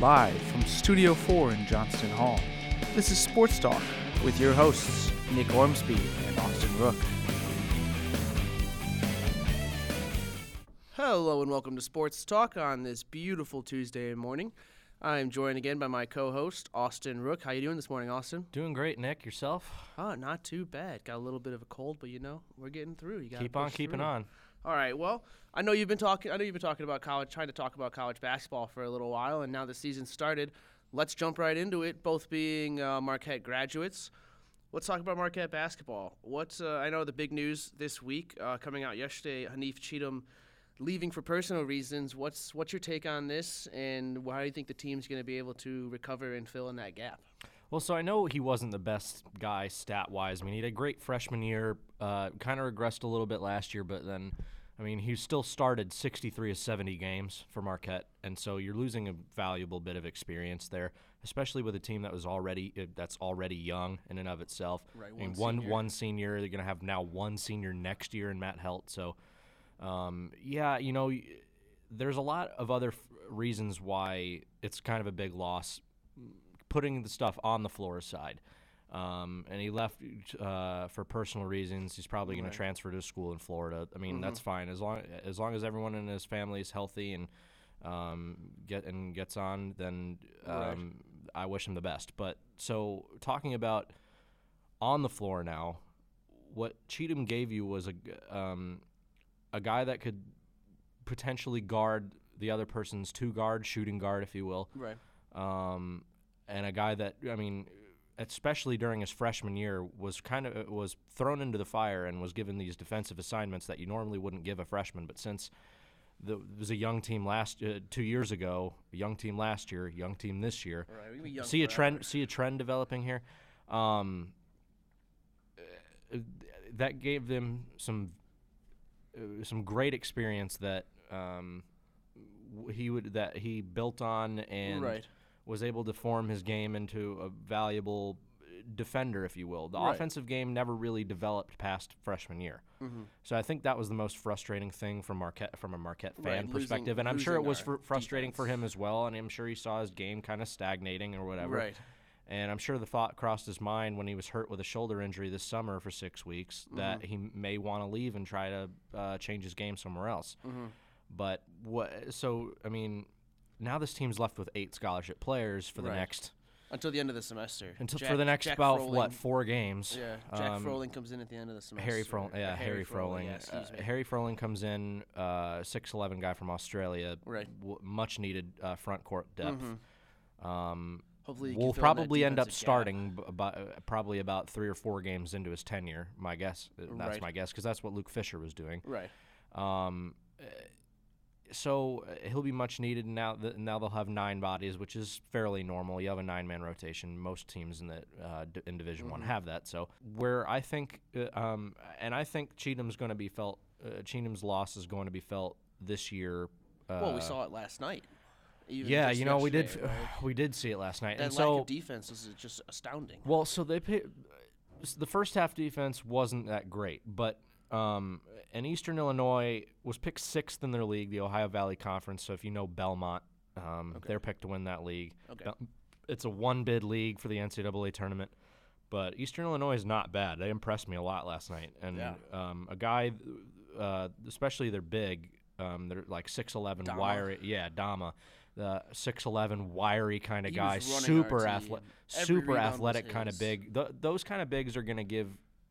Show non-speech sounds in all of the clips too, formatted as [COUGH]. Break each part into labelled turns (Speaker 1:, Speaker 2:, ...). Speaker 1: live from Studio 4 in Johnston Hall. This is Sports Talk with your hosts, Nick Ormsby and Austin Rook.
Speaker 2: Hello and welcome to Sports Talk on this beautiful Tuesday morning. I'm joined again by my co-host Austin Rook. How you doing this morning, Austin?
Speaker 3: Doing great, Nick. Yourself?
Speaker 2: Oh, not too bad. Got a little bit of a cold, but you know we're getting through. You got
Speaker 3: Keep on keeping on.
Speaker 2: All right. Well, I know you've been talking. I know you've been talking about college, trying to talk about college basketball for a little while, and now the season started. Let's jump right into it. Both being uh, Marquette graduates, let's talk about Marquette basketball. What's uh, I know the big news this week uh, coming out yesterday? Hanif Cheatham leaving for personal reasons. What's what's your take on this, and why do you think the team's going to be able to recover and fill in that gap?
Speaker 3: Well, so I know he wasn't the best guy stat wise. I mean, he had a great freshman year, uh, kind of regressed a little bit last year, but then, I mean, he still started 63 of 70 games for Marquette. And so you're losing a valuable bit of experience there, especially with a team that was already uh, that's already young in and of itself.
Speaker 2: Right,
Speaker 3: I mean,
Speaker 2: one
Speaker 3: one
Speaker 2: senior.
Speaker 3: one senior. They're going to have now one senior next year in Matt Helt. So, um, yeah, you know, y- there's a lot of other f- reasons why it's kind of a big loss putting the stuff on the floor aside. Um, and he left uh, for personal reasons. He's probably going to transfer to a school in Florida. I mean, that's fine as long as long as everyone in his family is healthy and um, get and gets on. Then um, I wish him the best. But so talking about on the floor now, what Cheatham gave you was a g- um, a guy that could potentially guard the other person's two guard shooting guard, if you will
Speaker 2: Right.
Speaker 3: um, and a guy that I mean, especially during his freshman year, was kind of was thrown into the fire and was given these defensive assignments that you normally wouldn't give a freshman. But since the, it was a young team last uh, two years ago, a young team last year, young team this year.
Speaker 2: All right. We can be young
Speaker 3: see a
Speaker 2: forever.
Speaker 3: trend, see a trend developing here. Um, uh, that gave them some uh, some great experience that um, w- he would that he built on and
Speaker 2: Right.
Speaker 3: was able to form his game into a valuable uh, defender, if you will. The
Speaker 2: Right.
Speaker 3: offensive game never really developed past freshman year,
Speaker 2: Mm-hmm.
Speaker 3: so I think that was the most frustrating thing from Marquette from a Marquette fan
Speaker 2: Right, losing-
Speaker 3: perspective, and I'm sure it
Speaker 2: losing
Speaker 3: was
Speaker 2: our
Speaker 3: fr- frustrating for
Speaker 2: defense.
Speaker 3: him as well, and I'm sure he saw his game kind of stagnating or whatever.
Speaker 2: Right.
Speaker 3: And I'm sure the thought crossed his mind when he was hurt with a shoulder injury this summer for six weeks that
Speaker 2: Mm-hmm.
Speaker 3: he may want to leave and try to uh, change his game somewhere else.
Speaker 2: Mm-hmm.
Speaker 3: But what? So I mean, now this team's left with eight scholarship players for the
Speaker 2: Right.
Speaker 3: next
Speaker 2: until the end of the semester.
Speaker 3: until
Speaker 2: Jack-
Speaker 3: for the next
Speaker 2: Jack
Speaker 3: about
Speaker 2: Froling-
Speaker 3: what four games.
Speaker 2: Yeah, Jack
Speaker 3: Um,
Speaker 2: Froling comes in at the end of the semester.
Speaker 3: Harry Froling,
Speaker 2: or
Speaker 3: yeah, Harry, Froling.
Speaker 2: yeah,
Speaker 3: uh,
Speaker 2: excuse me.
Speaker 3: Harry Froling comes in, uh, six eleven guy from Australia.
Speaker 2: Right. Mm-hmm.
Speaker 3: W- much needed uh, front court depth. Um,
Speaker 2: Hopefully, he can
Speaker 3: will
Speaker 2: fill in that
Speaker 3: probably end up
Speaker 2: defensive gap.
Speaker 3: starting b- about, uh, probably about three or four games into his tenure. My guess, uh, that's
Speaker 2: Right.
Speaker 3: my guess, because that's what Luke Fisher was doing.
Speaker 2: Right.
Speaker 3: Um, uh, so uh, he'll be much needed and now. Th- now they'll have nine bodies, which is fairly normal. You have a nine-man rotation. Most teams in the uh, d- in Division One
Speaker 2: Mm-hmm.
Speaker 3: have that. So where I think, uh, um, and I think Cheatham's going to be felt. Uh, Cheatham's loss is going to be felt this year. Uh,
Speaker 2: Well, we saw it last night. Even
Speaker 3: yeah,
Speaker 2: just
Speaker 3: you know we did
Speaker 2: yesterday,
Speaker 3: f- [SIGHS]
Speaker 2: right?
Speaker 3: we did see it last night,
Speaker 2: That
Speaker 3: and
Speaker 2: lack
Speaker 3: so
Speaker 2: of defense is just astounding.
Speaker 3: well, so they pay, the first half defense wasn't that great, but um, and Eastern Illinois was picked sixth in their league, the Ohio Valley Conference. So if you know Belmont, um, they're picked to win that league.
Speaker 2: Okay.
Speaker 3: Bel- It's a one bid league for the NCAA tournament, but Eastern Illinois is not bad. They impressed me a lot last night, and
Speaker 2: Yeah.
Speaker 3: um, a guy, uh, especially their big, um, they're like six eleven
Speaker 2: Dama.
Speaker 3: wiry, yeah, Dama. The six eleven wiry kind of
Speaker 2: He
Speaker 3: guy,
Speaker 2: was running our
Speaker 3: super
Speaker 2: team.
Speaker 3: athletic,
Speaker 2: Every
Speaker 3: super
Speaker 2: rebound was
Speaker 3: athletic kind
Speaker 2: his.
Speaker 3: of big. Th- those kind of bigs are going to give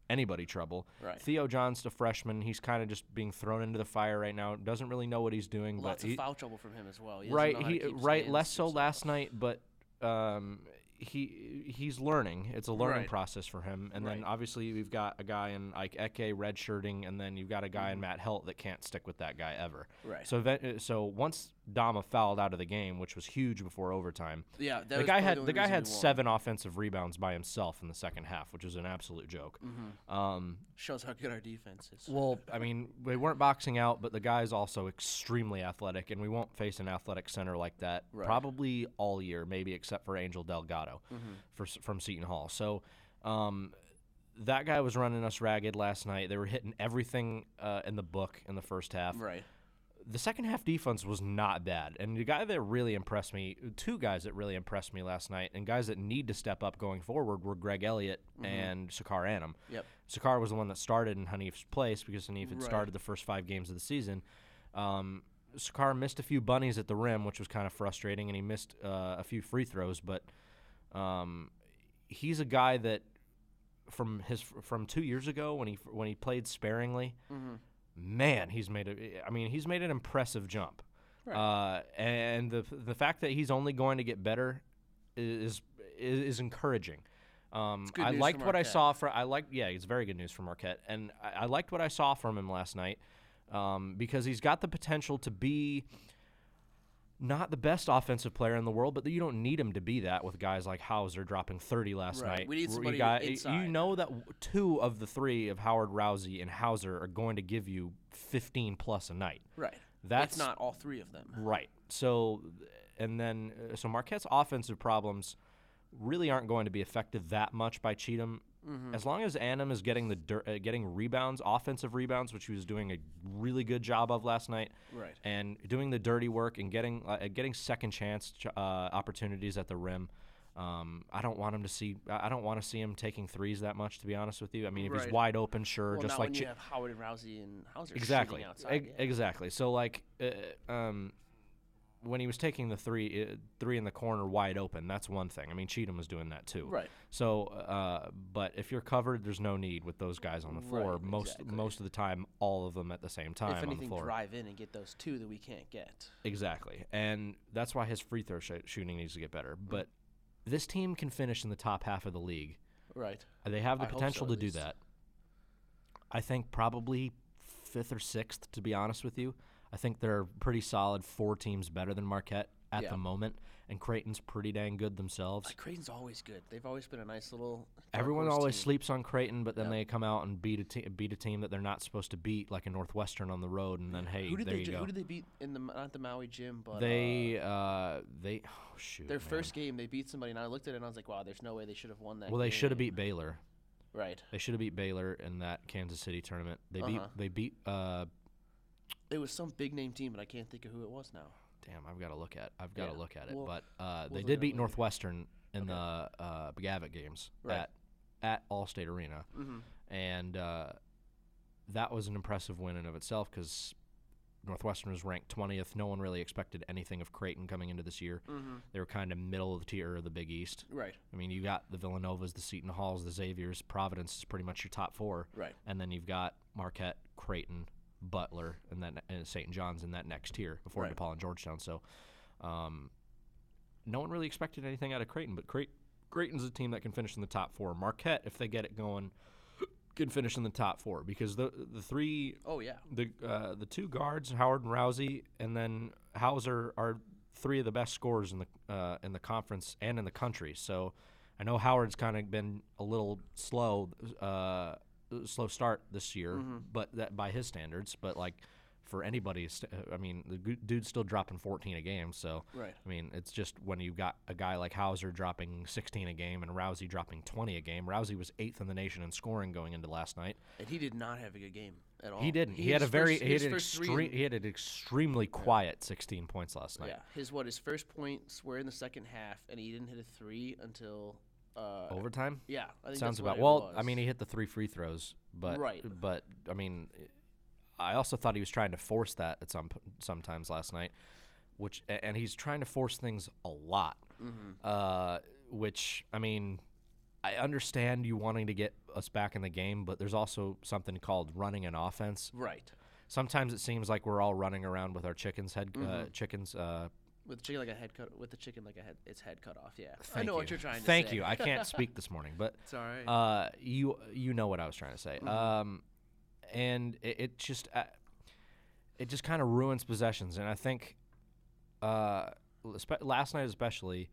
Speaker 3: anybody trouble.
Speaker 2: Right.
Speaker 3: Theo John's a freshman. He's kind of just being thrown into the fire right now. Doesn't really know what he's doing.
Speaker 2: Lots
Speaker 3: but he,
Speaker 2: of foul trouble from him as well. He doesn't
Speaker 3: right,
Speaker 2: know how to
Speaker 3: he
Speaker 2: keep his
Speaker 3: right
Speaker 2: hands
Speaker 3: less
Speaker 2: to
Speaker 3: so
Speaker 2: himself.
Speaker 3: last night, but um, he he's learning. It's a learning
Speaker 2: Right.
Speaker 3: process for him. And then
Speaker 2: Right.
Speaker 3: obviously we've got a guy in Ike Eke redshirting, and then you've got a guy in Matt Helt that can't stick with that guy ever.
Speaker 2: Mm-hmm. Right.
Speaker 3: So event- so once Dama fouled out of the game, which was huge before overtime.
Speaker 2: Yeah, that
Speaker 3: the
Speaker 2: was
Speaker 3: guy
Speaker 2: probably
Speaker 3: had
Speaker 2: only
Speaker 3: the guy
Speaker 2: reason we
Speaker 3: had
Speaker 2: won.
Speaker 3: seven offensive rebounds by himself in the second half, which was an absolute joke.
Speaker 2: Mm-hmm.
Speaker 3: Um,
Speaker 2: Shows how good our defense is.
Speaker 3: well, I mean, they weren't boxing out, but the guy's also extremely athletic, and we won't face an athletic center like that
Speaker 2: Right.
Speaker 3: probably all year, maybe except for Angel Delgado
Speaker 2: Mm-hmm.
Speaker 3: for, S- from Seton Hall. So um, that guy was running us ragged last night. They were hitting everything uh, in the book in the first half
Speaker 2: right.
Speaker 3: the second half defense was not bad. And the guy that really impressed me, two guys that really impressed me last night, and guys that need to step up going forward were Greg Elliott and Sakar Anum.
Speaker 2: Yep.
Speaker 3: Sakar was the one that started in Hanif's place because Hanif had
Speaker 2: Right.
Speaker 3: started the first five games of the season. Um, Sakar missed a few bunnies at the rim, which was kind of frustrating, and he missed uh, a few free throws. But um, he's a guy that from his from two years ago when he when he played sparingly,
Speaker 2: Mm-hmm.
Speaker 3: man, he's made a. I mean, he's made an impressive jump. Uh, and the the fact that he's only going to get better is is, is encouraging. Um,
Speaker 2: good
Speaker 3: I
Speaker 2: news
Speaker 3: liked
Speaker 2: for
Speaker 3: what I
Speaker 2: Marquette.
Speaker 3: saw for I liked yeah, it's very good news for Marquette, and I, I liked what I saw from him last night um, because he's got the potential to be not the best offensive player in the world, but you don't need him to be that with guys like Hauser dropping 30 last
Speaker 2: Right.
Speaker 3: night.
Speaker 2: We need
Speaker 3: You
Speaker 2: somebody
Speaker 3: got-
Speaker 2: inside.
Speaker 3: You know that w- two of the three of Howard Rousey and Hauser are going to give you 15 plus a night.
Speaker 2: Right.
Speaker 3: That's
Speaker 2: if not all three of them.
Speaker 3: Right. So, and then uh, so Marquette's offensive problems really aren't going to be affected that much by Cheatham.
Speaker 2: Mm-hmm.
Speaker 3: As long as Annam is getting the dir- uh, getting rebounds, offensive rebounds, which he was doing a really good job of last night,
Speaker 2: Right.
Speaker 3: and doing the dirty work and getting uh, uh, getting second chance ch- uh, opportunities at the rim, um, I don't want him to see. I I don't want to see him taking threes that much. To be honest with you, I mean, if
Speaker 2: Right.
Speaker 3: he's wide open, sure,
Speaker 2: Well,
Speaker 3: just
Speaker 2: not
Speaker 3: like
Speaker 2: when
Speaker 3: Che-
Speaker 2: you have Howard and Rousey and Hauser shooting
Speaker 3: exactly
Speaker 2: outside.
Speaker 3: E-
Speaker 2: yeah.
Speaker 3: exactly so like uh, um when he was taking the three uh, three in the corner wide open that's one thing i mean cheatham was doing that too
Speaker 2: Right.
Speaker 3: so uh but if you're covered there's no need with those guys on the floor
Speaker 2: Right,
Speaker 3: most
Speaker 2: exactly.
Speaker 3: most of the time all of them at the same time
Speaker 2: If
Speaker 3: on the
Speaker 2: anything,
Speaker 3: floor
Speaker 2: drive in and get those two that we can't get.
Speaker 3: Exactly. And that's why his free throw sh- shooting needs to get better.
Speaker 2: Mm-hmm.
Speaker 3: But this team can finish in the top half of the league.
Speaker 2: Right.
Speaker 3: Uh, They have the
Speaker 2: I hope so,
Speaker 3: potential
Speaker 2: at
Speaker 3: to do
Speaker 2: least.
Speaker 3: that. I think probably fifth or sixth, to be honest with you. I think they're pretty solid four teams better than Marquette at
Speaker 2: Yeah.
Speaker 3: the moment, and Creighton's pretty dang good themselves.
Speaker 2: Like, Creighton's always good. They've always been a nice little. dark
Speaker 3: Everyone
Speaker 2: horse
Speaker 3: always
Speaker 2: team.
Speaker 3: sleeps on Creighton, but then
Speaker 2: Yep.
Speaker 3: they come out and beat a te- beat a team that they're not supposed to beat, like a Northwestern on the road, and then hey,
Speaker 2: Who did
Speaker 3: there
Speaker 2: they?
Speaker 3: you
Speaker 2: ju-
Speaker 3: go.
Speaker 2: Who did they beat in the not the Maui gym, but uh,
Speaker 3: they uh, they oh shoot
Speaker 2: Their
Speaker 3: man.
Speaker 2: first game, they beat somebody, and I looked at it and I was like, "Wow, there's no way they should have won that."
Speaker 3: Well, they should have
Speaker 2: game.
Speaker 3: beat Baylor.
Speaker 2: Right.
Speaker 3: They should have beat Baylor in that Kansas City tournament. They beat
Speaker 2: Uh-huh.
Speaker 3: they beat uh
Speaker 2: It was some big name team, but I can't think of who it was now.
Speaker 3: damn, I've got to look at I've got to
Speaker 2: Yeah,
Speaker 3: look at it.
Speaker 2: we'll-
Speaker 3: but uh,
Speaker 2: we'll
Speaker 3: they
Speaker 2: look it
Speaker 3: did
Speaker 2: up
Speaker 3: beat
Speaker 2: later.
Speaker 3: Northwestern in the uh Gavitt games
Speaker 2: Right.
Speaker 3: at at Allstate Arena. And uh that was an impressive win in of itself cuz Northwestern was ranked 20th. No one really expected anything of Creighton coming into this year. They were kind of middle of the tier of the Big East.
Speaker 2: Right.
Speaker 3: I mean, you got the Villanovas, the Seton Halls, the Xaviers, Providence is pretty much your top four.
Speaker 2: Right.
Speaker 3: And then you've got Marquette, Creighton, Butler, and then and St. John's in that next tier before
Speaker 2: Right.
Speaker 3: DePaul and Georgetown. So, um, no one really expected anything out of Creighton, but Creight, Creighton's a team that can finish in the top four. Marquette, if they get it going, can finish in the top four because the the three
Speaker 2: Oh yeah.
Speaker 3: the uh, the two guards, Howard and Rousey, and then Hauser are three of the best scorers in the uh, in the conference and in the country. So I know Howard's kind of been a little slow uh, slow start this year, but that by his standards, but like for anybody, st- uh, I mean, the gu- dude's still dropping 14 a game, so
Speaker 2: Right.
Speaker 3: I mean, it's just when you've got a guy like Hauser dropping 16 a game and Rousey dropping 20 a game. Rousey was eighth in the nation in scoring going into last night.
Speaker 2: And he did not have a good game at all.
Speaker 3: He didn't. He, had
Speaker 2: Oh,
Speaker 3: a
Speaker 2: his
Speaker 3: very
Speaker 2: first-
Speaker 3: he had
Speaker 2: his
Speaker 3: an
Speaker 2: first three
Speaker 3: extreme
Speaker 2: in-
Speaker 3: he had an extremely quiet 16 points last night.
Speaker 2: Yeah, his what his first points were in the second half, and he didn't hit a three until. Uh,
Speaker 3: Overtime
Speaker 2: yeah, I think
Speaker 3: sounds
Speaker 2: that's what
Speaker 3: about
Speaker 2: it
Speaker 3: well. I
Speaker 2: was.
Speaker 3: mean, he hit the three free throws, but
Speaker 2: Right.
Speaker 3: But I mean, I also thought he was trying to force that at some p- sometimes last night, which a- and he's trying to force things a lot.
Speaker 2: Mm-hmm.
Speaker 3: Uh, which I mean, I understand you wanting to get us back in the game, but there's also something called running an offense.
Speaker 2: right
Speaker 3: Sometimes it seems like we're all running around with our chickens head uh,
Speaker 2: Mm-hmm.
Speaker 3: chickens uh,
Speaker 2: with the chicken like a head cut with the chicken like a head its head cut off. Yeah, I
Speaker 3: Thank
Speaker 2: know
Speaker 3: you.
Speaker 2: what you're trying to
Speaker 3: Thank
Speaker 2: say.
Speaker 3: you.
Speaker 2: [LAUGHS]
Speaker 3: I can't speak this morning, but
Speaker 2: It's Mm-hmm. all right.
Speaker 3: uh, you you know what I was trying to say. Um, and it, it just uh, it just kind of ruins possessions, and I think uh, espe- last night especially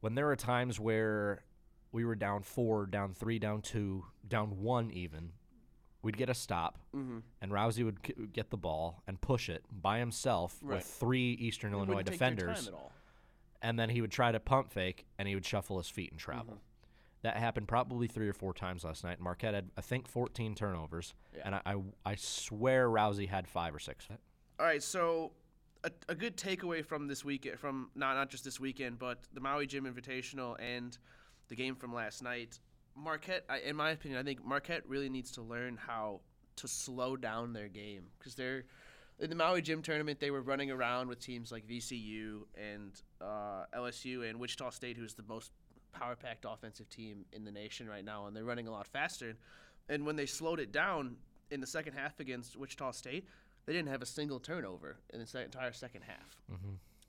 Speaker 3: when there were times where we were down four, down three, down two, down one even. We'd get a stop,
Speaker 2: Mm-hmm.
Speaker 3: and Rousey would c- get the ball and push it by himself
Speaker 2: Right.
Speaker 3: with three Eastern
Speaker 2: They
Speaker 3: Illinois
Speaker 2: wouldn't take their time
Speaker 3: defenders
Speaker 2: at all.
Speaker 3: and then he would try to pump fake and he would shuffle his feet and travel. That happened probably three or four times last night. Marquette had, I think, 14 turnovers,
Speaker 2: Yeah.
Speaker 3: and I, I, I swear Rousey had five or six.
Speaker 2: All right, so a, a good takeaway from this weekend, from not not just this weekend, but the Maui Jim Invitational and the game from last night. Marquette, I, in my opinion, I think Marquette really needs to learn how to slow down their game because they're in the Maui Gym tournament. They were running around with teams like VCU and uh, LSU and Wichita State, who's the most power-packed offensive team in the nation right now, and they're running a lot faster. And when they slowed it down in the second half against Wichita State, they didn't have a single turnover in the se- entire second half.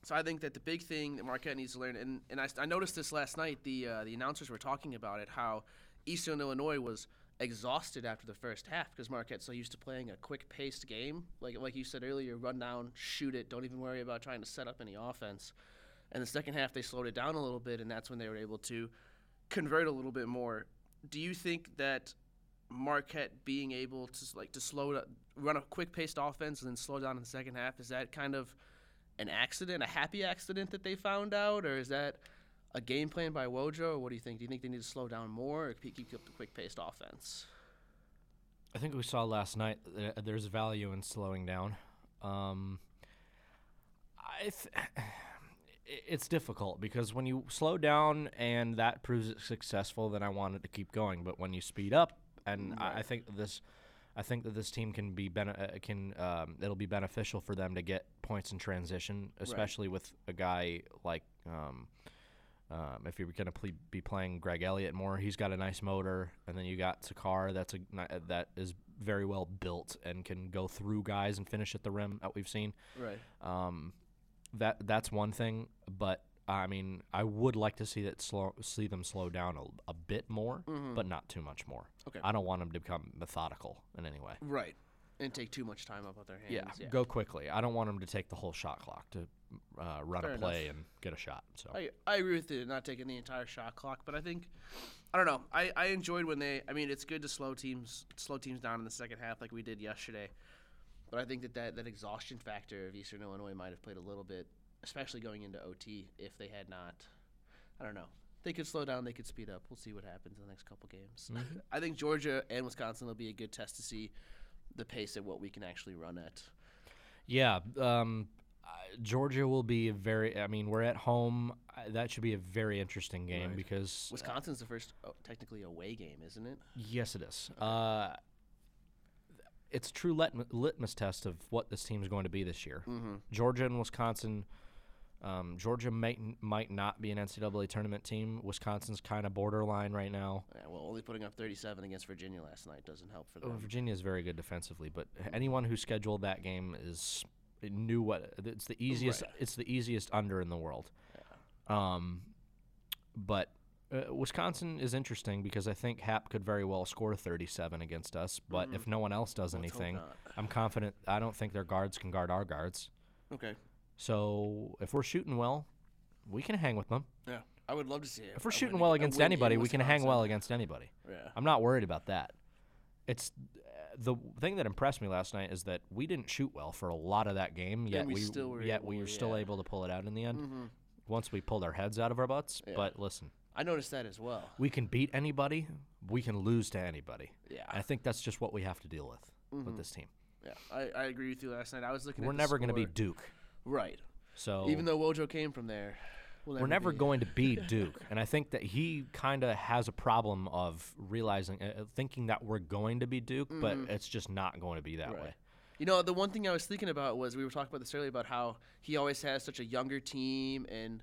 Speaker 2: So I think that the big thing that Marquette needs to learn, and, and I, s- I noticed this last night, the uh, the announcers were talking about it, how Eastern Illinois was exhausted after the first half because Marquette's so used to playing a quick-paced game, like like you said earlier, run down, shoot it, don't even worry about trying to set up any offense. And the second half they slowed it down a little bit, and that's when they were able to convert a little bit more. Do you think that Marquette being able to s- like to slow to run a quick-paced offense and then slow down in the second half is that kind of an accident, a happy accident that they found out, or is that a game plan by Wojo? Or what do you think? Do you think they need to slow down more or keep keep up the quick-paced offense?
Speaker 3: I think we saw last night th- there's value in slowing down. Um, I th- [SIGHS] i- it's difficult because when you slow down and that proves it successful, then I want it to keep going. But when you speed up, and I, I think that this, I think that this team can be bene- uh, can um, it'll be beneficial for them to get points in transition, especially with a guy like. Um, um, if you're going to ple- be playing Greg Elliott more, he's got a nice motor, and then you got Sakar. That's a ni- uh, that is very well built and can go through guys and finish at the rim that we've seen.
Speaker 2: Right.
Speaker 3: Um, that that's one thing, but uh, I mean, I would like to see that slow, see them slow down a, a bit more, but not too much more.
Speaker 2: Mm-hmm. Okay.
Speaker 3: I don't want them to become methodical in any way.
Speaker 2: Right. And take too much time up with their hands.
Speaker 3: Yeah, go quickly. I don't want them to take the whole shot clock to uh, run
Speaker 2: Fair
Speaker 3: a
Speaker 2: enough.
Speaker 3: play and get a shot. So
Speaker 2: I, I agree with you not taking the entire shot clock, but I think I don't know. I, I enjoyed when they. I mean, it's good to slow teams slow teams down in the second half like we did yesterday, but I think that that, that exhaustion factor of Eastern Illinois might have played a little bit, especially going into OT if they had not. I don't know. They could slow down. They could speed up. We'll see what happens in the next couple games. I think Georgia and Wisconsin will be a good test to see the pace at what we can actually run at.
Speaker 3: Yeah, um, uh, Georgia will be a very. I mean, we're at home. Uh, That should be a very interesting game because
Speaker 2: Wisconsin's the first oh, technically away game, isn't it?
Speaker 3: yes, it is. Uh, it's a true litm- litmus test of what this team is going to be this year. Georgia and Wisconsin. Um, Georgia might n- might not be an NCAA tournament team. Wisconsin's kind of borderline right now.
Speaker 2: Yeah, well, only putting up 37 against Virginia last night doesn't help for them.
Speaker 3: Oh, Virginia is very good defensively, but anyone who scheduled that game is knew what it's the easiest. It's the easiest under in the world. Um, but uh, Wisconsin is interesting because I think Hap could very well score 37 against us. But if no one else does anything,
Speaker 2: not.
Speaker 3: I'm confident. I don't think their guards can guard our guards.
Speaker 2: Okay.
Speaker 3: So if we're shooting well, we can hang with them.
Speaker 2: Yeah. I would love to see it.
Speaker 3: If we're shooting well against anybody, we can hang well against anybody.
Speaker 2: Yeah.
Speaker 3: I'm not worried about that. It's the thing that impressed me last night is that we didn't shoot well for a lot of that game, yet
Speaker 2: we
Speaker 3: we,
Speaker 2: still were
Speaker 3: yet
Speaker 2: able-
Speaker 3: we were still
Speaker 2: yeah. Mm-hmm.
Speaker 3: able to pull it out in the end. Once we pulled our heads out of our butts, but listen,
Speaker 2: I noticed that as well.
Speaker 3: we can beat anybody, we can lose to anybody.
Speaker 2: Yeah. Mm-hmm.
Speaker 3: I think that's just what we have to deal with with this team.
Speaker 2: Yeah. I, I agree with you last night. I was looking
Speaker 3: We're
Speaker 2: at the
Speaker 3: never going to be
Speaker 2: score.
Speaker 3: Duke,
Speaker 2: Right.
Speaker 3: so
Speaker 2: Even though Wojo came from there. We'll
Speaker 3: we're never
Speaker 2: be.
Speaker 3: going to
Speaker 2: [LAUGHS]
Speaker 3: be Duke, and I think that he kind of has a problem of realizing, uh, uh, thinking that we're going to be Duke, but
Speaker 2: Mm-hmm.
Speaker 3: it's just not going to be that way.
Speaker 2: You know, the one thing I was thinking about was we were talking about this earlier about how he always has such a younger team, and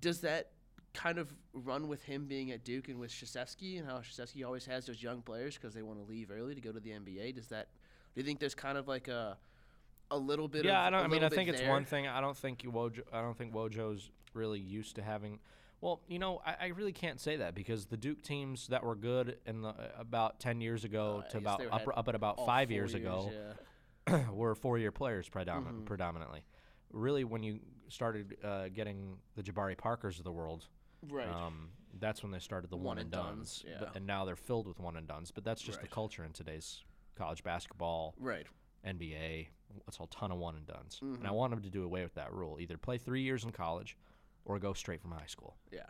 Speaker 2: does that kind of run with him being at Duke and with Krzyzewski and how Krzyzewski always has those young players because they want to leave early to go to the NBA? Does that? Do you think there's kind of like a a little bit?
Speaker 3: yeah,
Speaker 2: of,
Speaker 3: I don't.
Speaker 2: a
Speaker 3: I mean,
Speaker 2: little
Speaker 3: I
Speaker 2: bit
Speaker 3: think it's
Speaker 2: there?
Speaker 3: one thing. I don't think Wojo. I don't think Wojo's really used to having. Well, you know, I, I really can't say that because the Duke teams that were good in the, uh, about ten years ago
Speaker 2: I guess
Speaker 3: to about
Speaker 2: Uh, they
Speaker 3: up,
Speaker 2: had
Speaker 3: up at about
Speaker 2: All
Speaker 3: five
Speaker 2: four
Speaker 3: years, ago
Speaker 2: yeah.
Speaker 3: [COUGHS]
Speaker 2: Mm-hmm.
Speaker 3: were four year players predominant, predominantly. Really, when you started uh, getting the Jabari Parkers of the world,
Speaker 2: Right.
Speaker 3: um, that's when they started the one,
Speaker 2: One
Speaker 3: and
Speaker 2: and dones,
Speaker 3: duns, but,
Speaker 2: yeah.
Speaker 3: and now they're filled with one and duns. But that's just the culture in today's college basketball.
Speaker 2: right.
Speaker 3: NBA. It's a ton of one and dones. And I
Speaker 2: Mm-hmm.
Speaker 3: want them to do away with that rule. Either play three years in college or go straight from high school.
Speaker 2: Yeah.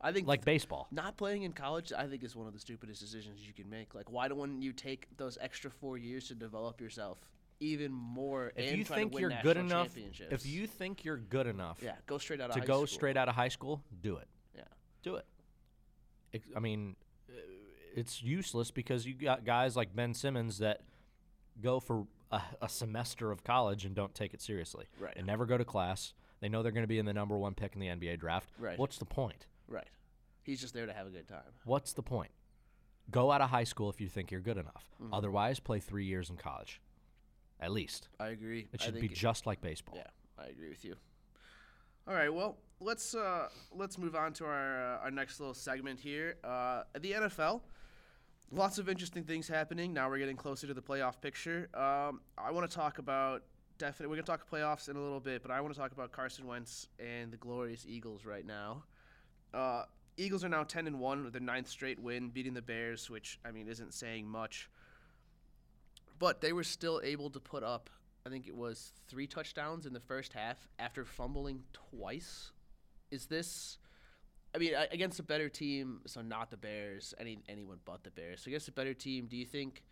Speaker 2: I think
Speaker 3: Like baseball.
Speaker 2: Not playing in college, I think, is one of the stupidest decisions you can make. Like, why don't you take those extra four years to develop yourself even more.
Speaker 3: If
Speaker 2: and
Speaker 3: you
Speaker 2: try to
Speaker 3: think
Speaker 2: win
Speaker 3: you're
Speaker 2: national
Speaker 3: good enough,
Speaker 2: championships.
Speaker 3: if you think you're good enough
Speaker 2: yeah, go straight out of
Speaker 3: to
Speaker 2: high
Speaker 3: go
Speaker 2: school.
Speaker 3: straight out of high school, do it.
Speaker 2: Yeah.
Speaker 3: Do it. Ex- I mean, uh, it's useless because you got guys like Ben Simmons that go for a, a semester of college and don't take it seriously.
Speaker 2: Right.
Speaker 3: And never go to class. They know they're going to be in the number one pick in the NBA draft.
Speaker 2: Right.
Speaker 3: What's the point?
Speaker 2: Right. He's just there to have a good time.
Speaker 3: What's the point? Go out of high school if you think you're good enough.
Speaker 2: Mm-hmm.
Speaker 3: Otherwise, play three years in college, at least.
Speaker 2: I agree.
Speaker 3: It
Speaker 2: I
Speaker 3: should be
Speaker 2: think
Speaker 3: just like baseball.
Speaker 2: Yeah, I agree with you. All right, well, let's uh, let's move on to our uh, our next little segment here. Uh, the NFL, lots of interesting things happening. Now we're getting closer to the playoff picture. Um, I want to talk about definitely. We're gonna talk playoffs in a little bit, but I want to talk about Carson Wentz and the glorious Eagles right now. Uh, Eagles are now ten and one with their ninth straight win, beating the Bears, which I mean isn't saying much but they were still able to put up i think it was three touchdowns in the first half after fumbling twice is this i mean a- against a better team so not the bears any anyone but the bears so against a better team do you think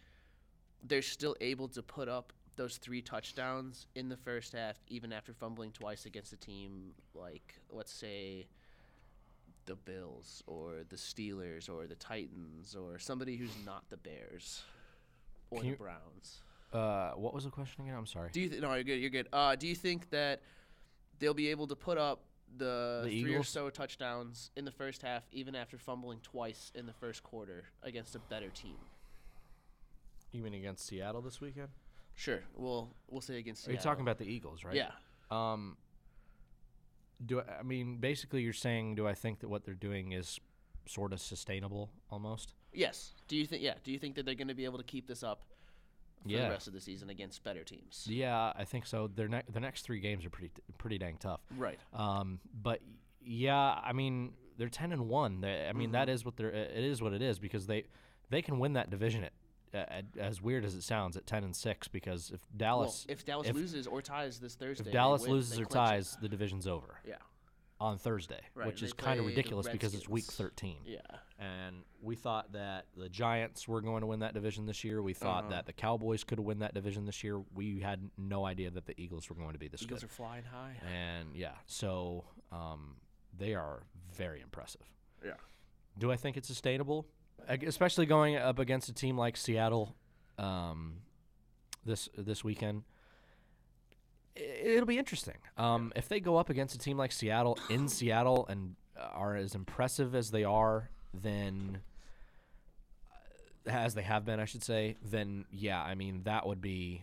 Speaker 2: they're still able to put up those three touchdowns in the first half even after fumbling twice against a team like let's say the bills or the steelers or the titans or somebody who's not the bears or
Speaker 3: Can
Speaker 2: the
Speaker 3: you-
Speaker 2: browns
Speaker 3: Uh, what was the question again? I'm sorry.
Speaker 2: do you th- no? You're good. You're good. Uh, do you think that they'll be able to put up the,
Speaker 3: The
Speaker 2: three
Speaker 3: Eagles?
Speaker 2: or so touchdowns in the first half, even after fumbling twice in the first quarter against a better team?
Speaker 3: You mean against Seattle this weekend?
Speaker 2: Sure. We'll we'll say against.
Speaker 3: Are you talking about the Eagles, right?
Speaker 2: Yeah.
Speaker 3: Um, do I, I mean basically you're saying do I think that what they're doing is sort of sustainable almost?
Speaker 2: Yes. Do you think? Yeah. Do you think that they're going to be able to keep this up for
Speaker 3: Yeah.
Speaker 2: the rest of the season against better teams?
Speaker 3: Yeah, I think so. Their ne- the next three games are pretty t- pretty dang tough.
Speaker 2: Right.
Speaker 3: Um, but y- yeah, I mean they're ten and one. They, I mean that
Speaker 2: Mm-hmm.
Speaker 3: is what they're. It is what it is because they they can win that division. At, at, as weird as it sounds, at ten and six, because if
Speaker 2: Well,
Speaker 3: Dallas
Speaker 2: if Dallas
Speaker 3: if,
Speaker 2: loses or ties this Thursday,
Speaker 3: if
Speaker 2: they
Speaker 3: Dallas
Speaker 2: win,
Speaker 3: loses
Speaker 2: they
Speaker 3: or
Speaker 2: clinch it.
Speaker 3: ties, the division's over
Speaker 2: Yeah.
Speaker 3: on Thursday,
Speaker 2: Right,
Speaker 3: which
Speaker 2: they
Speaker 3: is kind
Speaker 2: play
Speaker 3: of
Speaker 2: the
Speaker 3: ridiculous because it's week
Speaker 2: Redskins.
Speaker 3: thirteen.
Speaker 2: Yeah.
Speaker 3: and we thought that the Giants were going to win that division this year. We thought
Speaker 2: Uh-huh.
Speaker 3: that the Cowboys could win that division this year. We had no idea that the Eagles were going to be this
Speaker 2: Eagles
Speaker 3: good.
Speaker 2: are flying high.
Speaker 3: and yeah, so um, they are very impressive.
Speaker 2: Yeah.
Speaker 3: Do I think it's sustainable, Ag- especially going up against a team like Seattle um, this this weekend? I- It'll be interesting. Um, if they go up against a team like Seattle in Seattle and are as impressive as they are, then uh, as they have been, I should say, then yeah, I mean that would be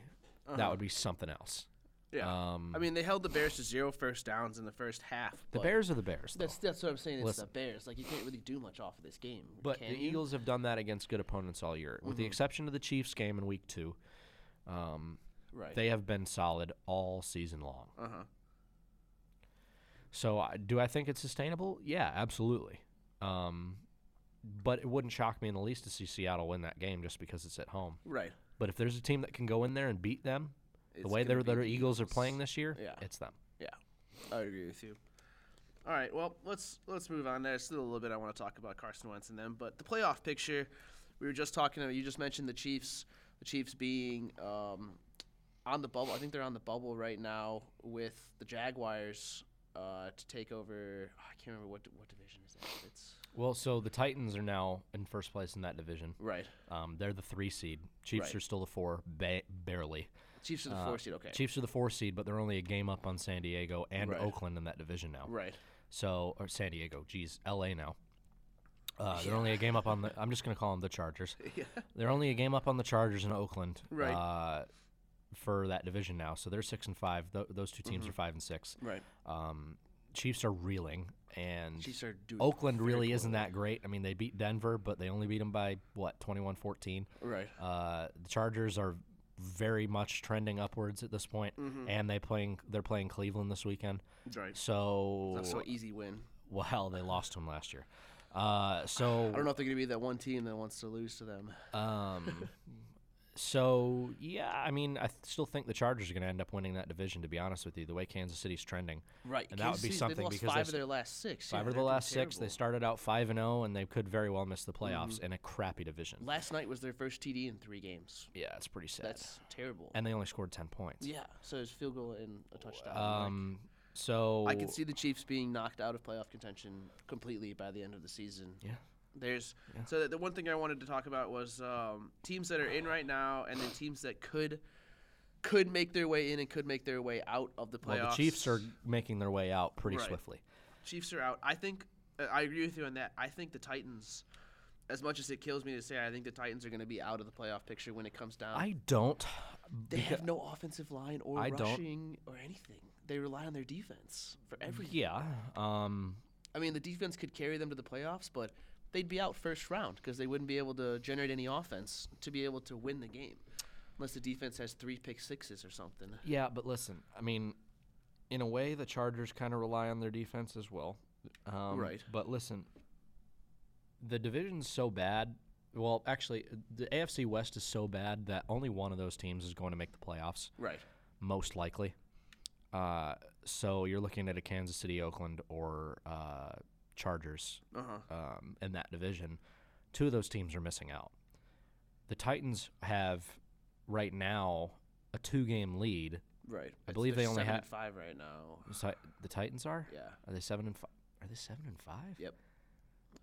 Speaker 3: that would be something else.
Speaker 2: Yeah.
Speaker 3: Um,
Speaker 2: I mean, they held the Bears to zero first downs in the first half.
Speaker 3: The
Speaker 2: but-
Speaker 3: Bears are the Bears. though.
Speaker 2: That's that's what I'm saying. It's
Speaker 3: Listen.
Speaker 2: the Bears. Like you can't really do much off of this game.
Speaker 3: But
Speaker 2: can
Speaker 3: the
Speaker 2: you? Mm-hmm.
Speaker 3: Eagles have done that against good opponents all year, with the exception of the Chiefs game in Week Two. Um,
Speaker 2: right?
Speaker 3: they have been solid all season long.
Speaker 2: uh huh.
Speaker 3: So, I, do I think it's sustainable? Yeah, absolutely. Um, but it wouldn't shock me in the least to see Seattle win that game just because it's at home.
Speaker 2: Right.
Speaker 3: But if there's a team that can go in there and beat them, the
Speaker 2: It's
Speaker 3: way
Speaker 2: gonna
Speaker 3: their,
Speaker 2: be
Speaker 3: their
Speaker 2: the
Speaker 3: Eagles are playing this year,
Speaker 2: Yeah.
Speaker 3: it's them.
Speaker 2: Yeah, I would agree with you. All right, well let's let's move on. There's still a little bit I want to talk about Carson Wentz and them, but the playoff picture. We were just talking about. You just mentioned the Chiefs. The Chiefs being um, on the bubble. I think they're on the bubble right now with the Jaguars uh, to take over. I can't remember what what division is that. It's
Speaker 3: Well, so the Titans are now in first place in that division.
Speaker 2: right.
Speaker 3: Um, they're the three seed. Chiefs
Speaker 2: Right.
Speaker 3: are still the four, ba- barely.
Speaker 2: Chiefs are the four seed. Okay.
Speaker 3: Uh, Chiefs are the four seed, but they're only a game up on San Diego and
Speaker 2: Right.
Speaker 3: Oakland in that division now.
Speaker 2: Right.
Speaker 3: So, or San Diego, geez, L.A. now. Uh, they're only a game up on the. I'm just gonna call them the Chargers.
Speaker 2: [LAUGHS] Yeah.
Speaker 3: They're only a game up on the Chargers in Oakland.
Speaker 2: Right.
Speaker 3: Uh, for that division now, so they're six and five. Th- those two
Speaker 2: Mm-hmm.
Speaker 3: teams are five and six.
Speaker 2: Right.
Speaker 3: Um, Chiefs are reeling, and
Speaker 2: Chiefs are doing
Speaker 3: Oakland
Speaker 2: very
Speaker 3: really isn't
Speaker 2: poorly.
Speaker 3: that great. I mean, they beat Denver, but they only beat them by what 21-14.
Speaker 2: Right.
Speaker 3: Uh, the Chargers are very much trending upwards at this point,
Speaker 2: Mm-hmm.
Speaker 3: and they playing they're playing Cleveland this weekend.
Speaker 2: Right.
Speaker 3: So,
Speaker 2: Not so easy win.
Speaker 3: well, they lost to them last year. Uh, so
Speaker 2: [SIGHS] I don't know if they're gonna be that one team that wants to lose to them.
Speaker 3: um, So yeah, I mean, I th- still think the Chargers are going to end up winning that division. To be honest with you, the way Kansas City's trending,
Speaker 2: Right.
Speaker 3: And that would
Speaker 2: Kansas
Speaker 3: be
Speaker 2: City's-
Speaker 3: something
Speaker 2: they lost
Speaker 3: because
Speaker 2: five
Speaker 3: they
Speaker 2: of
Speaker 3: s-
Speaker 2: their last six.
Speaker 3: five
Speaker 2: yeah,
Speaker 3: of the
Speaker 2: they're doing
Speaker 3: last six, they
Speaker 2: terrible. Mm-hmm.
Speaker 3: started out five and zero, and they could very well miss the playoffs in a crappy division.
Speaker 2: Last night was their first TD in three games.
Speaker 3: yeah, it's pretty sad.
Speaker 2: That's terrible.
Speaker 3: and they only scored ten points.
Speaker 2: yeah. So it's field goal and a touchdown. like-
Speaker 3: Um. So
Speaker 2: I can see the Chiefs being knocked out of playoff contention completely by the end of the season.
Speaker 3: Yeah.
Speaker 2: There's so the- the one thing I wanted to talk about was um, teams that are in right now, and then teams that could could make their way in and could make their way out of the playoffs.
Speaker 3: Well, the Chiefs are making their way out pretty
Speaker 2: Right.
Speaker 3: swiftly.
Speaker 2: Chiefs are out. I think uh, I agree with you on that. I think the Titans, as much as it kills me to say, I think the Titans are going to be out of the playoff picture when it comes down.
Speaker 3: I don't.
Speaker 2: they have no offensive line or
Speaker 3: I don't- Mm.
Speaker 2: rushing or anything. They rely on their defense for everything.
Speaker 3: Yeah. Um.
Speaker 2: I mean, the defense could carry them to the playoffs, but they'd be out first round because they wouldn't be able to generate any offense to be able to win the game, unless the defense has three pick sixes or something.
Speaker 3: Yeah, but listen, I mean, in a way, the Chargers kind of rely on their defense as well. Um,
Speaker 2: Right.
Speaker 3: But listen, the division's so bad. Well, actually, the AFC West is so bad that only one of those teams is going to make the playoffs,
Speaker 2: Right.
Speaker 3: most likely. Uh, so you're looking at a Kansas City, Oakland, or uh, Chargers
Speaker 2: Uh huh.
Speaker 3: um, in that division, two of those teams are missing out. The Titans have right now a two-game lead.
Speaker 2: Right.
Speaker 3: I believe
Speaker 2: they're
Speaker 3: they only
Speaker 2: seven
Speaker 3: ha-
Speaker 2: and five right now.
Speaker 3: Si- The Titans are.
Speaker 2: Yeah.
Speaker 3: Are they seven and five? Are they seven and five?
Speaker 2: Yep.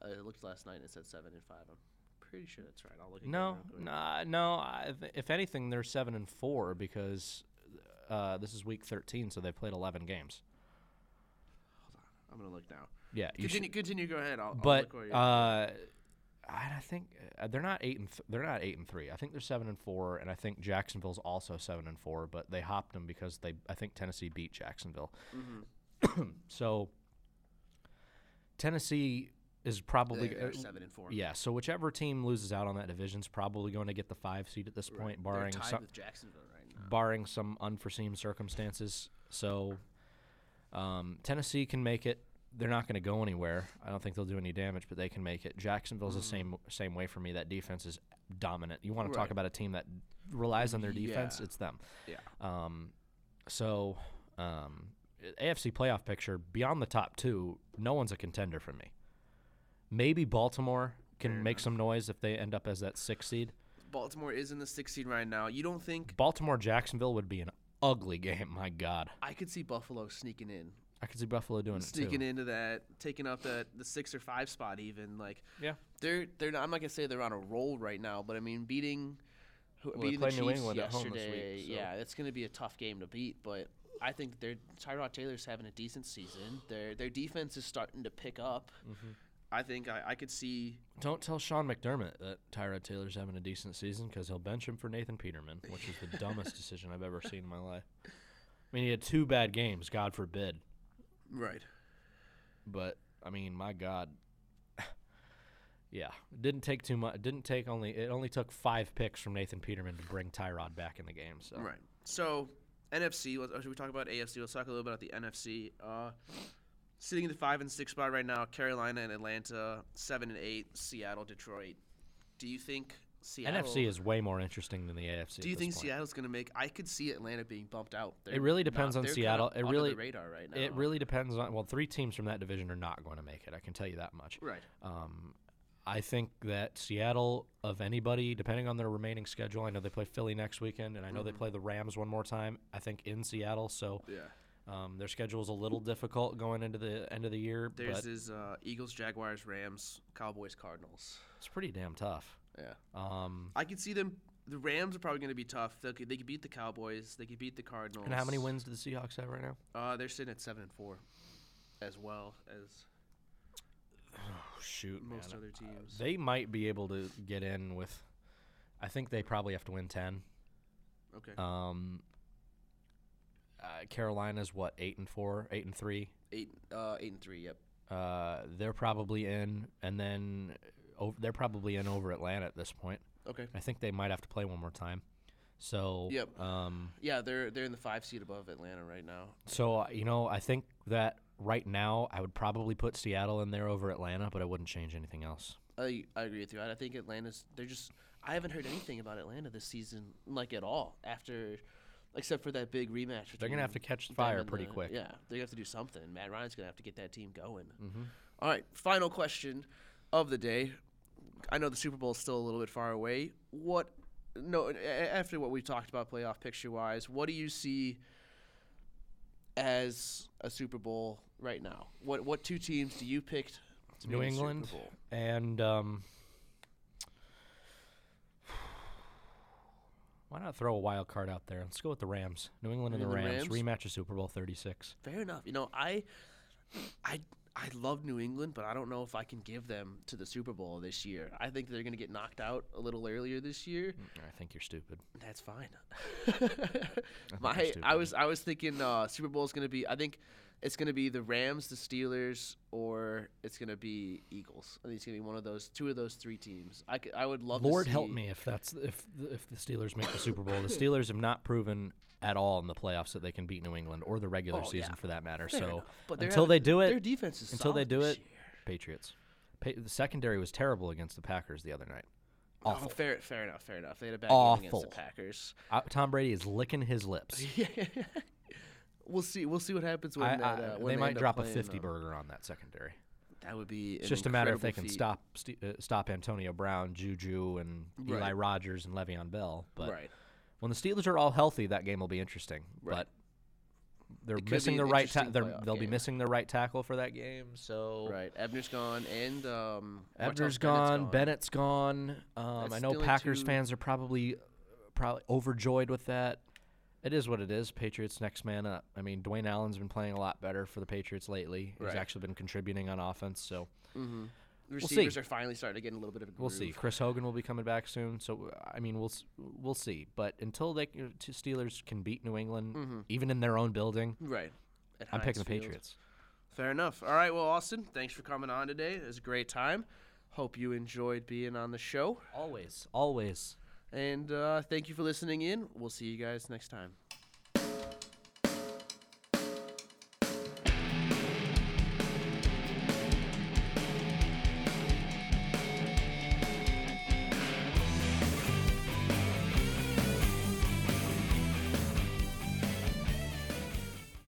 Speaker 2: I looked last night and it said seven and five. I'm pretty sure that's right. I'll look. again
Speaker 3: No,
Speaker 2: real quick.
Speaker 3: nah, no. I, th- if anything, they're seven and four because uh, this is week thirteen, so they played eleven games.
Speaker 2: I'm gonna look now.
Speaker 3: Yeah, you should-
Speaker 2: Continue. Continue. Go ahead. I'll, I'll
Speaker 3: but
Speaker 2: look where
Speaker 3: uh,
Speaker 2: you're-
Speaker 3: I, I think uh, they're not eight and th- they're not eight and three. I think they're seven and four, and I think Jacksonville's also seven and four. But they hopped them because they I think Tennessee beat Jacksonville.
Speaker 2: Mm-hmm.
Speaker 3: [COUGHS] so Tennessee is probably
Speaker 2: they're, they're
Speaker 3: uh,
Speaker 2: seven and four.
Speaker 3: Yeah, so whichever team loses out on that division's probably going to get the five seed at this point,
Speaker 2: They're
Speaker 3: barring
Speaker 2: tied
Speaker 3: some,
Speaker 2: with Jacksonville right now.
Speaker 3: barring some unforeseen circumstances. So um, Tennessee can make it. They're not going to go anywhere. I don't think they'll do any damage, but they can make it. Jacksonville's the same same way for me. That defense is dominant. You want to
Speaker 2: Mm-hmm. Right.
Speaker 3: talk about a team that relies on their defense?
Speaker 2: Yeah.
Speaker 3: It's them.
Speaker 2: Yeah.
Speaker 3: Um, so um, AFC playoff picture beyond the top two, no one's a contender for me. Maybe Baltimore can make some noise if they end up as that sixth seed.
Speaker 2: Baltimore is in the sixth seed right now. You don't think
Speaker 3: Baltimore Jacksonville would be an ugly game. My God,
Speaker 2: I could see Buffalo sneaking in
Speaker 3: I could see Buffalo doing
Speaker 2: sneaking
Speaker 3: it
Speaker 2: into that, taking up that the six or five spot even. Like
Speaker 3: too. Yeah,
Speaker 2: they're they're not, I'm not gonna say they're on a roll right now, but I mean beating who
Speaker 3: Well, they
Speaker 2: beating the
Speaker 3: play New
Speaker 2: Chiefs
Speaker 3: England at home this
Speaker 2: yesterday,
Speaker 3: week, so-
Speaker 2: yeah, it's gonna be a tough game to beat, but. I think they're Tyrod Taylor's having a decent season. Their their defense is starting to pick up.
Speaker 3: Mm-hmm.
Speaker 2: I think I, I could see
Speaker 3: don't tell Sean McDermott that Tyrod Taylor's having a decent season because he'll bench him for Nathan Peterman, which is
Speaker 2: [LAUGHS]
Speaker 3: the dumbest decision I've ever seen in my life. I mean, he had two bad games. God forbid.
Speaker 2: right.
Speaker 3: but I mean, my God, [LAUGHS] yeah, it didn't take too much. It didn't take only. It only took five picks from Nathan Peterman to bring Tyrod back in the game. So
Speaker 2: Right. So NFC. Let's, or should we talk about AFC? Let's talk a little bit about the NFC. Uh, sitting in the five and six spot right now, Carolina and Atlanta. Seven and eight, Seattle, Detroit. Do you think Seattle?
Speaker 3: NFC is way more interesting than the AFC.
Speaker 2: Do you
Speaker 3: at this
Speaker 2: think
Speaker 3: point.
Speaker 2: Seatle's going to make? I could see Atlanta being bumped out. They're
Speaker 3: It really
Speaker 2: not-
Speaker 3: depends on
Speaker 2: they're
Speaker 3: Seattle.
Speaker 2: Kinda
Speaker 3: It
Speaker 2: under
Speaker 3: really-
Speaker 2: the radar right now.
Speaker 3: It really depends on. Well, three teams from that division are not going to make it. I can tell you that much.
Speaker 2: Right.
Speaker 3: Um, I think that Seattle, of anybody, depending on their remaining schedule, I know they play Philly next weekend, and I know they play the Rams one more time. I think in Seattle, so
Speaker 2: Yeah.
Speaker 3: um, their schedule is a little difficult going into the end of the year.
Speaker 2: There's
Speaker 3: but
Speaker 2: this uh, Eagles, Jaguars, Rams, Cowboys, Cardinals.
Speaker 3: It's pretty damn tough.
Speaker 2: Yeah.
Speaker 3: Um,
Speaker 2: I could see them. The Rams are probably going to be tough. They could, they could beat the Cowboys. They could beat the Cardinals.
Speaker 3: and how many wins do the Seahawks have right now?
Speaker 2: Uh, they're sitting at seven and four, as well as
Speaker 3: Oh, shoot,
Speaker 2: most other teams.
Speaker 3: They might be able to get in with. I think they probably have to win ten.
Speaker 2: okay,
Speaker 3: Um, uh, Carolina's what eight and four, eight and three.
Speaker 2: eight, uh, eight and three. Yep.
Speaker 3: Uh, they're probably in, and then over, they're probably in over Atlanta at this point.
Speaker 2: Okay.
Speaker 3: I think they might have to play one more time. So
Speaker 2: Yep.
Speaker 3: Um,
Speaker 2: Yeah, they're they're in the five seed above Atlanta right now.
Speaker 3: so uh, you know, I think that right now I would probably put Seattle in there over Atlanta, but I wouldn't change anything else.
Speaker 2: I I agree with you. I, I think Atlanta's they're just. I haven't heard anything about Atlanta this season, like at all. After, except for that big rematch.
Speaker 3: They're gonna have to
Speaker 2: between
Speaker 3: catch
Speaker 2: them
Speaker 3: fire
Speaker 2: and
Speaker 3: pretty
Speaker 2: the-
Speaker 3: quick.
Speaker 2: Mm, uh, Yeah, they're gonna have to do something. Matt Ryan's gonna have to get that team going.
Speaker 3: Mm-hmm.
Speaker 2: All right, final question of the day. I know the Super Bowl is still a little bit far away. What? No, a- a- after what we talked about playoff picture wise, what do you see as a Super Bowl right now? What what two teams do you pick? To
Speaker 3: New
Speaker 2: be in the Super
Speaker 3: England
Speaker 2: Bowl?
Speaker 3: and um, [SIGHS] why not throw a wild card out there? Let's go with the Rams. New England and the
Speaker 2: England
Speaker 3: Rams.
Speaker 2: Rams?
Speaker 3: rematch of Super Bowl 36.
Speaker 2: Fair enough. You know, I, I, I love New England, but I don't know if I can give them to the Super Bowl this year. I think they're going to get knocked out a little earlier this year.
Speaker 3: I think you're stupid.
Speaker 2: That's
Speaker 3: [LAUGHS]
Speaker 2: fine. My, I
Speaker 3: stupid.
Speaker 2: was, I was thinking uh, Super Bowl is going to be. I think it's going to be the Rams, the Steelers, or it's going to be Eagles. I think it's going to be one of those, two of those three teams. I, c- I would love.
Speaker 3: Lord
Speaker 2: to
Speaker 3: help
Speaker 2: see-
Speaker 3: me if that's if the- if the Steelers make the Super Bowl. The Steelers have not proven at all in the playoffs that they can beat New England or the regular
Speaker 2: Oh, yeah.
Speaker 3: season for that matter.
Speaker 2: Fair
Speaker 3: so
Speaker 2: enough, but they're
Speaker 3: until
Speaker 2: having-
Speaker 3: they do
Speaker 2: their
Speaker 3: it,
Speaker 2: defense is
Speaker 3: until they
Speaker 2: solid
Speaker 3: do
Speaker 2: this
Speaker 3: it,
Speaker 2: year.
Speaker 3: Patriots. Pa- the secondary was terrible against the Packers the other night.
Speaker 2: No,
Speaker 3: Awful.
Speaker 2: fair, fair enough. Fair enough. They had a bad game against the
Speaker 3: Awful.
Speaker 2: Packers.
Speaker 3: Uh, Tom Brady is licking his lips.
Speaker 2: We'll see. We'll see what happens when,
Speaker 3: I,
Speaker 2: that,
Speaker 3: I-
Speaker 2: uh, when
Speaker 3: they might
Speaker 2: end up
Speaker 3: drop a
Speaker 2: playing,
Speaker 3: 50
Speaker 2: uh,
Speaker 3: burger on that secondary.
Speaker 2: That would be.
Speaker 3: It's
Speaker 2: an
Speaker 3: just a matter if they
Speaker 2: incredible feat.
Speaker 3: can stop st- uh, stop Antonio Brown, Juju, and
Speaker 2: Right.
Speaker 3: Eli Rogers and Le'Veon Bell. But
Speaker 2: right.
Speaker 3: when the Steelers are all healthy, that game will be interesting.
Speaker 2: Right.
Speaker 3: But they're
Speaker 2: could be
Speaker 3: missing
Speaker 2: an
Speaker 3: their right ta-
Speaker 2: interesting
Speaker 3: they're,
Speaker 2: playoff
Speaker 3: they'll be
Speaker 2: game.
Speaker 3: missing their right tackle for that game. So
Speaker 2: Right. Ebner's gone, and um.
Speaker 3: Ebner's
Speaker 2: Martellus Bennett's
Speaker 3: gone, Bennett's gone. Um, I
Speaker 2: That's
Speaker 3: know
Speaker 2: still in
Speaker 3: Packers
Speaker 2: two-
Speaker 3: fans are probably probably overjoyed with that. It is what it is. Patriots next man up. I mean, Dwayne Allen's been playing a lot better for the Patriots lately.
Speaker 2: Right.
Speaker 3: He's actually been contributing on offense, so see.
Speaker 2: Receivers are finally starting to get a little bit of a groove.
Speaker 3: we'll see. Chris Hogan will be coming back soon, so I mean, we'll s- we'll see. But until they you know, t- Steelers can beat New England, even in their own building,
Speaker 2: Right. At
Speaker 3: I'm picking the
Speaker 2: Heinz Field.
Speaker 3: Patriots.
Speaker 2: Fair enough. All right. Well, Austin, thanks for coming on today. It was a great time. Hope you enjoyed being on the show,
Speaker 3: Always, always.
Speaker 2: and uh, thank you for listening in. We'll see you guys next time.